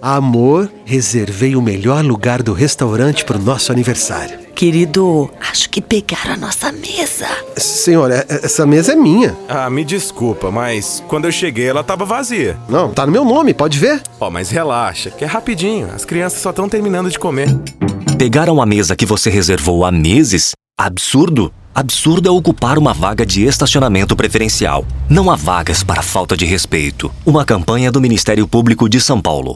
Amor, reservei o melhor lugar do restaurante para o nosso aniversário. Querido, acho que pegaram a nossa mesa. Senhora, e- essa mesa é minha. Ah, me desculpa, mas quando eu cheguei ela tava vazia. Não, tá no meu nome, pode ver. Ó, mas relaxa, que é rapidinho. As crianças só estão terminando de comer. Pegaram a mesa que você reservou há meses? Absurdo! Absurdo é ocupar uma vaga de estacionamento preferencial. Não há vagas para falta de respeito. Uma campanha do Ministério Público de São Paulo.